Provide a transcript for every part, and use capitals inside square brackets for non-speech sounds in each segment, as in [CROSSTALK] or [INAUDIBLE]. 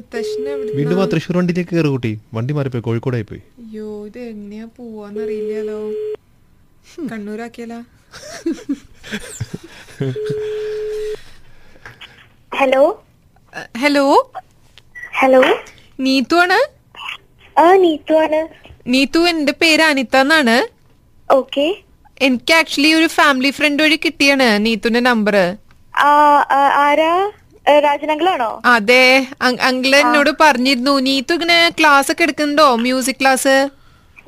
മുത്തശ്ശന് എവിടുന്നാ? വീണ്ടും ആ തൃശ്ശൂർ വണ്ടിയിലേക്ക് കയറി കൂട്ടി വണ്ടി മാറിപ്പോയി കോഴിക്കോടായി [LAUGHS] പോയി അയ്യോ ഇത് എങ്ങനെയാ പോവാന്നറിയില്ലല്ലോ കണ്ണൂരാക്കിയാലോ ഹലോ ഹലോ ഹലോ നീതു ആണ് ആ നീത്തു ആണ് നീതു എന്റെ പേര് അനിത എന്നാണ് ഓക്കെ എനിക്ക് ആക്ച്വലി ഒരു ഫാമിലി ഫ്രണ്ട് വഴി കിട്ടിയാണ് നീത്തുന്റെ നമ്പർ ആരാ ഏ, രാജനങ്കിളാണോ അതെ അങ്കിൾ എന്നോട് പറഞ്ഞിരുന്നു നീത്തു ഇങ്ങനെ ക്ലാസ് ഒക്കെ എടുക്കുന്നുണ്ടോ മ്യൂസിക് ക്ലാസ്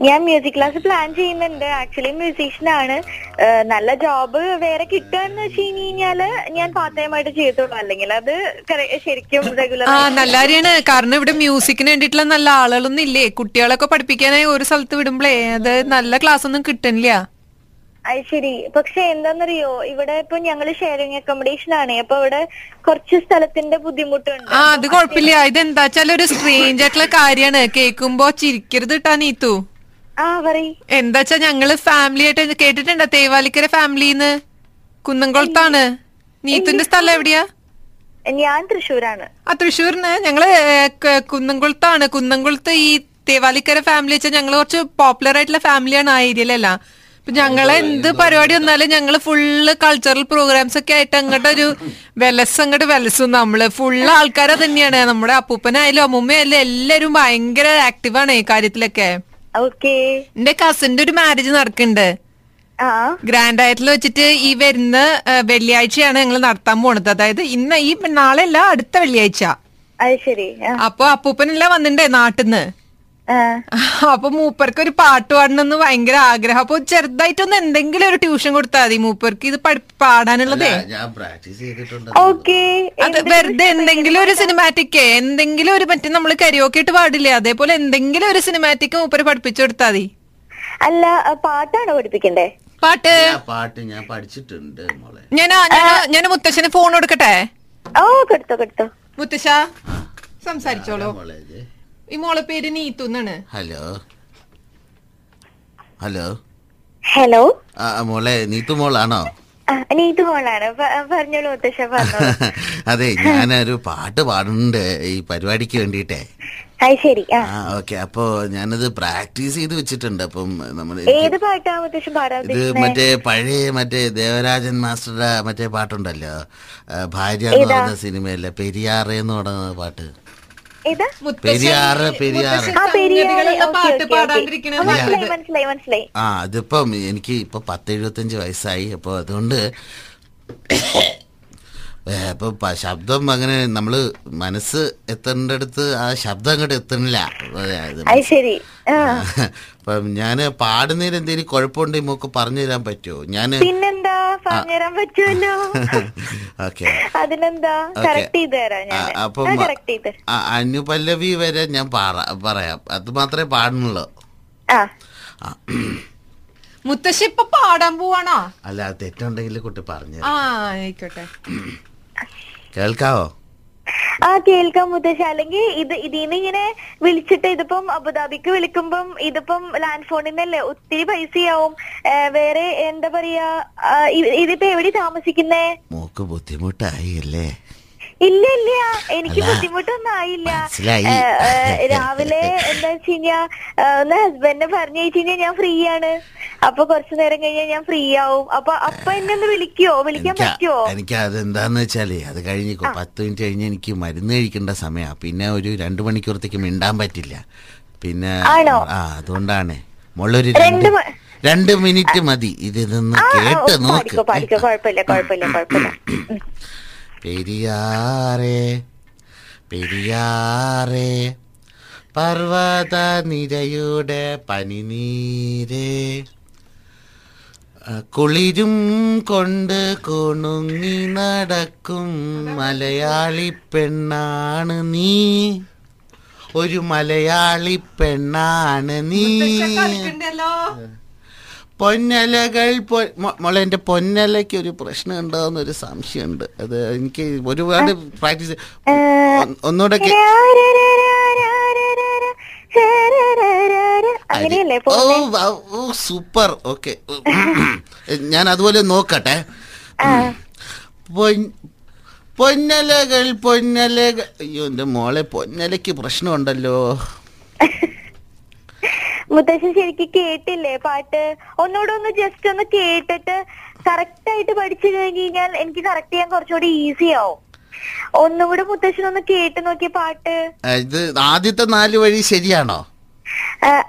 ഞാൻ മ്യൂസിക് ക്ലാസ് പ്ലാൻ ചെയ്യുന്നുണ്ട് ആക്ച്വലി മ്യൂസീഷ്യൻ ആണ് ഏ, നല്ല ജോബ് വേറെ കിട്ടുകയെന്ന് വെച്ച് കഴിഞ്ഞാല് ഞാൻ പാർട്ട് ടൈം ആയിട്ട് ചെയ്തോളൂ അല്ലെങ്കിൽ അത് കര- ശരിക്കും റെഗുലർ ആ നല്ല കാര്യമാണ് കാരണം ഇവിടെ മ്യൂസിക്കിന് വേണ്ടിയിട്ടുള്ള നല്ല ആളുകളൊന്നും ഇല്ലേ കുട്ടികളൊക്കെ പഠിപ്പിക്കാനായി ഒരു സ്ഥലത്ത് വിടുമ്പളേ അത് നല്ല ക്ലാസ് ഒന്നും കിട്ടണില്ല അത് ശരി പക്ഷെ എന്താണെന്നറിയോ ഇവിടെ ഇപ്പൊ ഞങ്ങള് ഷെയറിങ് അക്കോമഡേഷൻ ആണ് അപ്പൊ ഇവിടെ കുറച്ച് സ്ഥലത്തിന്റെ ബുദ്ധിമുട്ടുണ്ട് ആ അത് കുഴപ്പമില്ല ഇതെന്താ വെച്ചാൽ ഒരു സ്ട്രേഞ്ച് ആയിട്ടുള്ള കാര്യമാണ് കേൾക്കുമ്പോ ചിരിക്കരുത് ഇട്ടാ നീത്തു ആ പറയ് എന്താ വെച്ചാ ഞങ്ങള് ഫാമിലി ആയിട്ട് കേട്ടിട്ടുണ്ടോ തേവാലിക്കര ഫാമിലിന്ന് കുന്നംകുളത്താണ് നീത്തുന്റെ സ്ഥലം എവിടെയാ ഞാൻ തൃശ്ശൂരാണ് ആ തൃശ്ശൂരിന് ഞങ്ങള് ഏഹ്, ക- കുന്നംകുളത്താണ് കുന്നംകുളത്ത് ഈ തേവാലിക്കര ഫാമിലി വെച്ചാൽ ഞങ്ങൾ കുറച്ച് പോപ്പുലർ ആയിട്ടുള്ള ഫാമിലിയാണ് ആ ഏരിയയിലല്ല അപ്പൊ ഞങ്ങളെ എന്ത് പരിപാടി വന്നാലും ഞങ്ങൾ ഫുള്ള് കൾച്ചറൽ പ്രോഗ്രാംസ് ഒക്കെ ആയിട്ട് അങ്ങോട്ടൊരു വിലസ് അങ്ങോട്ട് വിലസും നമ്മള് ഫുള്ള് ആൾക്കാരെ തന്നെയാണ് നമ്മുടെ അപ്പൂപ്പനായാലും അമ്മൂമ്മയായാലും എല്ലാരും ഭയങ്കര ആക്റ്റീവാണ് ഈ കാര്യത്തിലൊക്കെ ഓക്കെ എന്റെ കസിന്റെ ഒരു മാരേജ് നടക്കുന്നുണ്ട് ആ ഗ്രാൻഡ് ആയിട്ടിൽ വെച്ചിട്ട് ഈ വരുന്ന ആ, വെള്ളിയാഴ്ചയാണ് ഞങ്ങൾ നടത്താൻ പോണത് അതായത് ഇന്ന് ഈ നാളെ അല്ല അടുത്ത വെള്ളിയാഴ്ച അത് ശരി ആ അപ്പൊ അപ്പൂപ്പനെല്ലാം വന്നിണ്ടേ നാട്ടിന്ന് ആ. അപ്പൊ മൂപ്പർക്ക് ഒരു പാട്ട് പാടണമെന്ന് ഭയങ്കര ആഗ്രഹം അപ്പൊ ചെറുതായിട്ടൊന്ന് എന്തെങ്കിലും ഒരു ട്യൂഷൻ കൊടുത്താൽ മതി മൂപ്പർക്ക് ഇത് പഠി- പാടാനുള്ളതേ ഞാൻ പ്രാക്ടീസ് ചെയ്തിട്ടുണ്ട് ഓക്കേ അത് വെറുതെ എന്തെങ്കിലും ഒരു സിനിമാറ്റിക് എന്തെങ്കിലും ഒരു മറ്റേ നമ്മൾ കരിയോക്കെ ഇട്ട് പാടില്ലേ അതേപോലെ എന്തെങ്കിലും ഒരു സിനിമാറ്റിക് മൂപ്പര് പഠിപ്പിച്ചു കൊടുത്താൽ മതി അല്ല ആ, പാട്ടാണോ പഠിപ്പിക്കണ്ടേ പാട്ട് ആ പാട്ട് ഞാൻ പഠിച്ചിട്ടുണ്ട് മോളെ ഞാൻ ഞാൻ മുത്തശ്ശന് ഫോൺ കൊടുക്കട്ടെ ഓ കൊടുത്തോ കൊടുത്തോ മുത്തശ്ശ സംസാരിച്ചോളൂ മോളെ ഇത് ഈ മോളെ പേര് നീത്തു എന്നാണ് ഹലോ ഹലോ ഹലോ ആ ആ, മോളെ നീത്തു മോളാണോ ആ, നീതു മോളാണ് പ- ആ, പറഞ്ഞോളൂ മുത്തശ്ശ പറഞ്ഞോളൂ അതെ ഞാനൊരു പാട്ട് പാടുന്നുണ്ട് ഈ പരിപാടിക്ക് വേണ്ടിയിട്ടേ അത് ശരി ആ ആ ഓക്കെ അപ്പോ ഞാനത് പ്രാക്ടീസ് ചെയ്ത് വെച്ചിട്ടുണ്ട് അപ്പം നമ്മൾ ഏത് പാട്ടാ മുത്തശ്ശ പാടാൻ ഇത് ഉദ്ദേശിക്കുന്നത് മറ്റേ പഴയ മറ്റേ ദേവരാജൻ മാസ്റ്ററുടെ മറ്റേ പാട്ടുണ്ടല്ലോ ആ, ഭാര്യ എന്ന് ഏതാ? പറയുന്ന സിനിമയല്ലേ പെരിയാറ് എന്ന് പറയുന്ന പാട്ട് ഏതാ പെരിയാറ്, പെരിയാറ്. ആ പെരിയാറ് സംഗതികളുടെ ഓക്കേ, പാട്ട് ഓക്കേ, ഓക്കേ. ആ, പാടാണ്ടിരിക്കണത് മനസ്സിലായി നല്ലത്. മനസ്സിലായി മനസ്സിലായി ആ അതിപ്പം എനിക്ക് ഇപ്പൊ പത്ത് എഴുപത്തഞ്ച് വയസ്സായി അപ്പോൾ അതുകൊണ്ട് ഇപ്പൊ ശബ്ദം അങ്ങനെ നമ്മള് മനസ്സ് എത്തേണ്ടടുത്ത് ആ ശബ്ദം അങ്ങോട്ട് എത്തണില്ല ഏ, അത് അത് ശരി ആ. അപ്പം ഞാൻ പാടുന്നതിന് എന്തെങ്കിലും കുഴപ്പമുണ്ടെങ്കിൽ മോക്ക് പറഞ്ഞു തരാൻ പറ്റുമോ ഞാൻ [LAUGHS] പിന്നെന്താ പറഞ്ഞുതരാൻ പറ്റുമല്ലോ ഓക്കെ അതിനെന്താ കറക്റ്റ് ചെയ്ത് തരാം ഞാൻ അപ്പം കറക്റ്റ് ചെയ്ത് തരാം. അനുപല്ലവി വരെ ഞാൻ പാറ- പറയാം അത് മാത്രമേ പാടുന്നുള്ളൂ ആ ആ, മുത്തശ്ശി ഇപ്പൊ പാടാൻ പോവാണോ അല്ല അത് തെറ്റുണ്ടെങ്കിൽ കുട്ടി പറഞ്ഞു ആ ആയിക്കോട്ടെ കേൾക്കാവോ ആ കേൾക്കാം മുത്തശ്ശ അല്ലെങ്കിൽ ഇത് ഇതിന്ന് ഇങ്ങനെ വിളിച്ചിട്ട് ഇതിപ്പം അബുദാബിക്ക് വിളിക്കുമ്പം ഇതിപ്പം ലാൻഡ് ഫോണിന്നല്ലേ ഒത്തിരി പൈസയാവും ഏ, വേറെ എന്താ പറയാ ആ, ഇ- ഇതിപ്പോ എവിടെ താമസിക്കുന്നേ മോക്ക് ബുദ്ധിമുട്ടായി അല്ലേ ഇല്ല ഇല്ല എനിക്ക് അല്ല. ബുദ്ധിമുട്ടൊന്നും ആയില്ല മനസ്സിലായി. ഏ, ഏ, രാവിലെ എന്താ വെച്ച് കഴിഞ്ഞാ ഏ, ഒന്ന് ഹസ്ബൻഡിനെ പറഞ്ഞു വെച്ച് കഴിഞ്ഞാൽ ഞാൻ ഫ്രീ ആണ് അപ്പൊ കുറച്ചു നേരം കഴിഞ്ഞാൽ ഞാൻ ഫ്രീ ആവും അപ്പൊ അപ്പൊ എന്നെ ഒന്ന് വിളിക്കോ വിളിക്കാൻ എനിക്ക് പറ്റുമോ എനിക്ക് അതെന്താന്ന് വെച്ചാലേ അത് കഴിഞ്ഞ് കൊ- പത്ത് മിനിറ്റ് കഴിഞ്ഞ് എനിക്ക് മരുന്ന് കഴിക്കേണ്ട സമയമാ പിന്നെ ഒരു രണ്ട് മണിക്കൂറത്തേക്ക് മിണ്ടാൻ പറ്റില്ല പിന്നെ ആണോ? ആ അതുകൊണ്ടാണ് മുള്ളൊരു രണ്ട് രണ്ട് മ- രണ്ട് മിനിറ്റ് മതി ഇതിതൊന്ന് ആ, ആ, ഓ, കേട്ട് പാടിക്കോ നോക്ക് പാടിക്കോ കുഴപ്പമില്ല കുഴപ്പമില്ല കുഴപ്പമില്ല ഉം. പെരിയാറേ പെരിയാറേ പർവ്വത നിരയുടെ പനിനീരേ ആ, കുളിരും കൊണ്ട് കുണുങ്ങി നടക്കും മലയാളി പെണ്ണാണ് നീ ഒരു മലയാളി പെണ്ണാണ് നീ മുത്തശ്ശൻ കളിക്കണ്ടല്ലോ പൊന്നലകൾ പൊ- മോ- മോളെ എൻ്റെ പൊന്നലയ്ക്ക് ഒരു പ്രശ്നം ഉണ്ടാവുന്നൊരു സംശയമുണ്ട് അത് എനിക്ക് ഒരുപാട് പ്രാക്ടീസ് ഏ, ഒന്ന് ഒന്നുകൂടെ കേ- അങ്ങനെയല്ലേ ഓ പോകുന്നെ? വൗ, ഓ സൂപ്പർ ഓക്കെ ഞാൻ അതുപോലെ നോക്കട്ടെ പൊൻ- പൊന്നലകൾ പൊന്നലകൾ അയ്യോ എന്റെ മോളെ പൊന്നലയ്ക്ക് പ്രശ്നമുണ്ടല്ലോ മുത്തശ്ശൻ ശരിക്കും കേട്ടില്ലേ പാട്ട് ഒന്നുകൂടെ ഒന്ന് ജസ്റ്റ് ഒന്ന് കേട്ടിട്ട് കറക്റ്റ് ആയിട്ട് പഠിച്ചു കഴിഞ്ഞ് കഴിഞ്ഞാൽ എനിക്ക് കറക്റ്റ് ചെയ്യാൻ കുറച്ചുകൂടി ഈസി ആവും ഒന്നുകൂടെ മുത്തശ്ശൻ ഒന്ന് കേട്ട് നോക്കിയ പാട്ട് ആ, ഇത് ആദ്യത്തെ നാല് വഴി ശരിയാണോ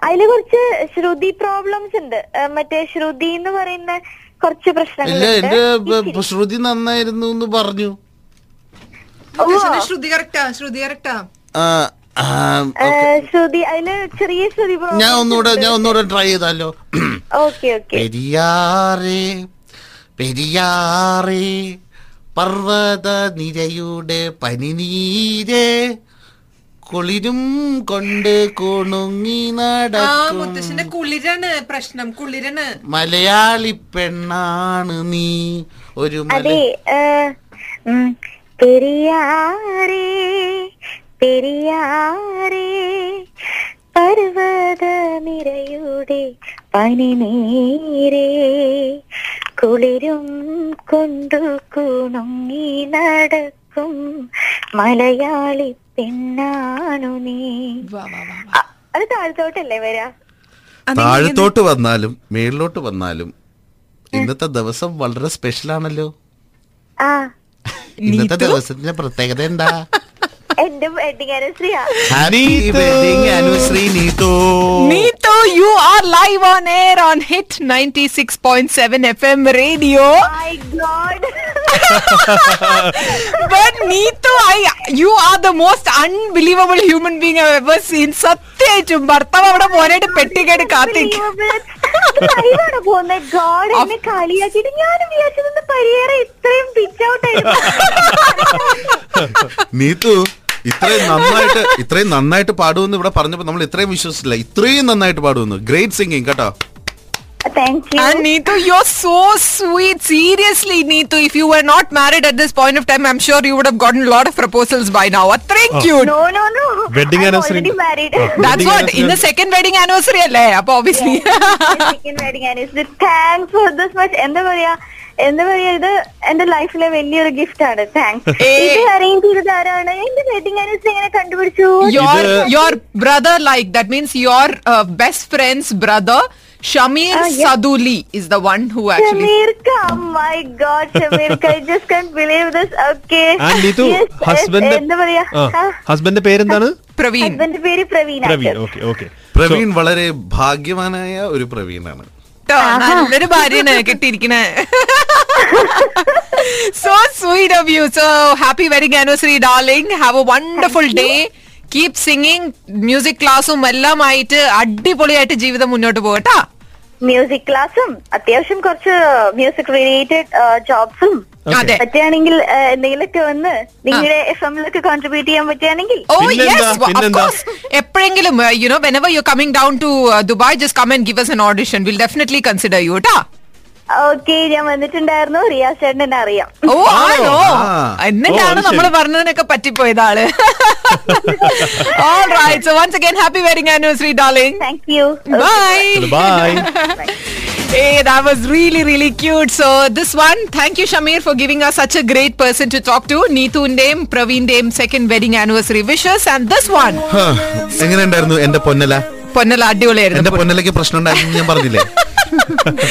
അതിൽ കുറച്ച് ശ്രുതി പ്രോബ്ലംസ് ഉണ്ട് ആ, മറ്റേ ശ്രുതി എന്ന് പറയുന്ന കുറച്ച് ഇല്ല എന്റെ ബ- പ്രശ്നങ്ങളുണ്ട് ബ- ശ്രുതി നന്നായിരുന്നു എന്ന് പറഞ്ഞു മുത്തശ്ശന് ശ്രുതി കറക്റ്റാ ശ്രുതി കറക്റ്റാ ആ, ആ, ആ, ശ്രുതി അതില് ചെറിയ ശ്രുതി ഞാൻ ഒന്നുകൂടെ ഞാൻ പ്രോബ്ലം ഒന്നുകൂടെ ട്രൈ ചെയ്താലോ ഓക്കെ ഓക്കെ പെരിയാറേ പെരിയാറേ പർവ്വത നിരയുടെ പനിനീരെ കുളിരും കൊണ്ട് കുണുങ്ങി ആ നടക്കും മുത്തശ്ശന്റെ കുളിരാണ് പ്രശ്നം കുളിരാണ് മലയാളി പെണ്ണാണ് നീ ഒരു മല അതെ ഏഹ്, ഉം, പെരിയാരേ പെരിയാരേ പർവ്വത നിരയുടെ പനിനീരേ കുളിരും കൊണ്ടു കുണുങ്ങി നടക്കും മലയാളി പെണ്ണാണു നീ അ- അത് താഴ്ത്തോട്ടല്ലേ വരാ താഴത്തോട്ട് വന്നാലും മേളിലോട്ട് വന്നാലും ഇന്നത്തെ ദിവസം വളരെ സ്പെഷ്യൽ ആണല്ലോ ആ ഇന്നത്തെ ദിവസത്തിന്റെ പ്രത്യേകത എന്താ എന്റെ വെഡിങ് ആനിവേഴ്സറിയാ happy wedding anniversary Neetu Neetu you are live on air on hit ninety six point seven F M radio my god but Neetu I you are the most unbelievable human being ever seen സത്യമായിട്ടും ഭർത്താവ് അവിടെ പോരായിട്ട് പെട്ടിക്കേട് കാത്തിരിക്കും ലൈവാണ് പോകുന്നത് God എന്നെ കളിയാക്കിയിട്ട് ഞാൻ വിചാരിച്ചത് പരിയേറെ ഇത്രയും pitch out Neethu ഇത്രയും നന്നായിട്ട് ഇത്രയും നന്നായിട്ട് പാടുമെന്ന് ഇവിടെ പറഞ്ഞപ്പോ നമ്മൾ ഇത്രയും വിശ്വസിച്ചില്ല ഇത്രയും നന്നായിട്ട് പാടുമെന്ന് ഗ്രേറ്റ് സിംഗിങ് കേട്ടോ thank you And Neetu, you're so sweet. Seriously, Neetu, if you were not married at this point of time, I'm sure you would have gotten a lot of proposals by now. Thank you. No no no Wedding anniversary Oh. ഉണ്ട്. Married That's Oh. Wedding what anniversary. in the second wedding anniversary, അല്ലേ? അപ്പൊ obviously. Wedding anniversary thanks for this much എന്താ പറയാ എന്താ പറയാ ഇത് എന്റെ ലൈഫിലെ വലിയൊരു ഗിഫ്റ്റ് ആണ് താങ്ക്സ് ഏയ്. ഇത് അറേഞ്ച് ചെയ്തത് ആരാണ് എന്റെ വെഡിങ് ആനിവേഴ്സറി എങ്ങനെ കണ്ടുപിടിച്ചു [LAUGHS] your your brother like that means your uh, best friend's brother Shamir Ah, yeah. Saduli is the one who actually ഷമീർക്ക മൈ ഗോഡ് ഷമീർക്ക I just can believe this okay and Neetu husband എന്താ പറയാ ഹസ്ബൻഡിന്റെ [LAUGHS] പേരെന്താണ് Praveen husband പേര് Praveen Praveen okay okay Praveen വളരെ ഭാഗ്യവാനായ ഒരു പ്രവീണാണ് ട്ടോ, നല്ലൊരു ഭാര്യയാണ് കിട്ടിയിരിക്കണേ so sweet of you so happy wedding anniversary darling have a wonderful day keep singing music ക്ലാസ്സും എല്ലാം ആയിട്ട് അടിപൊളിയായിട്ട് ജീവിതം മുന്നോട്ട് പോകട്ടാ മ്യൂസിക് ക്ലാസ്സും അത്യാവശ്യം കുറച്ച് മ്യൂസിക് റിലേറ്റഡ് ജോബ്സും അതെ പറ്റുകയാണെങ്കിൽ ആ, എന്തെങ്കിലുമൊക്കെ വന്ന് നിങ്ങളുടെ എഫ് എമ്മിലൊക്കെ കോൺട്രിബ്യൂട്ട് ചെയ്യാൻ പറ്റുകയാണെങ്കിൽ ഓ പിന്നെന്താ, യെസ് ഓഫ് പിന്നെന്താ? കോഴ്സ് എപ്പോഴെങ്കിലും uh, you know whenever you coming down to Dubai just come and give us an audition will definitely consider you ട്ടാ Oh. ഓക്കെ ഞാൻ വന്നിട്ടുണ്ടായിരുന്നു റിയാസ് ചേട്ടൻ എന്നെ അറിയാം ഓ ആണോ ആ. എന്നിട്ടാണ് ഓ, അത് നമ്മൾ ശരി. പറഞ്ഞതിനൊക്കെ പറ്റിപ്പോയത് [LAUGHS] ആള് alright so once again happy wedding anniversary darling thank you Bye. Bye [LAUGHS] Hey, that was really, really cute. So this one, thank you, Shamir, for giving us such a great person to talk to. Neetu Dame, Praveen Dame, second wedding anniversary wishes, and this one, എങ്ങനെ ഉണ്ടായിരുന്നു എന്റെ Ponnala Ponnala Adiyolayirunthu. എന്റെ പൊന്നലയ്ക്ക് പ്രശ്നം ഉണ്ടായിരുന്നു ഞാൻ പറഞ്ഞില്ലേ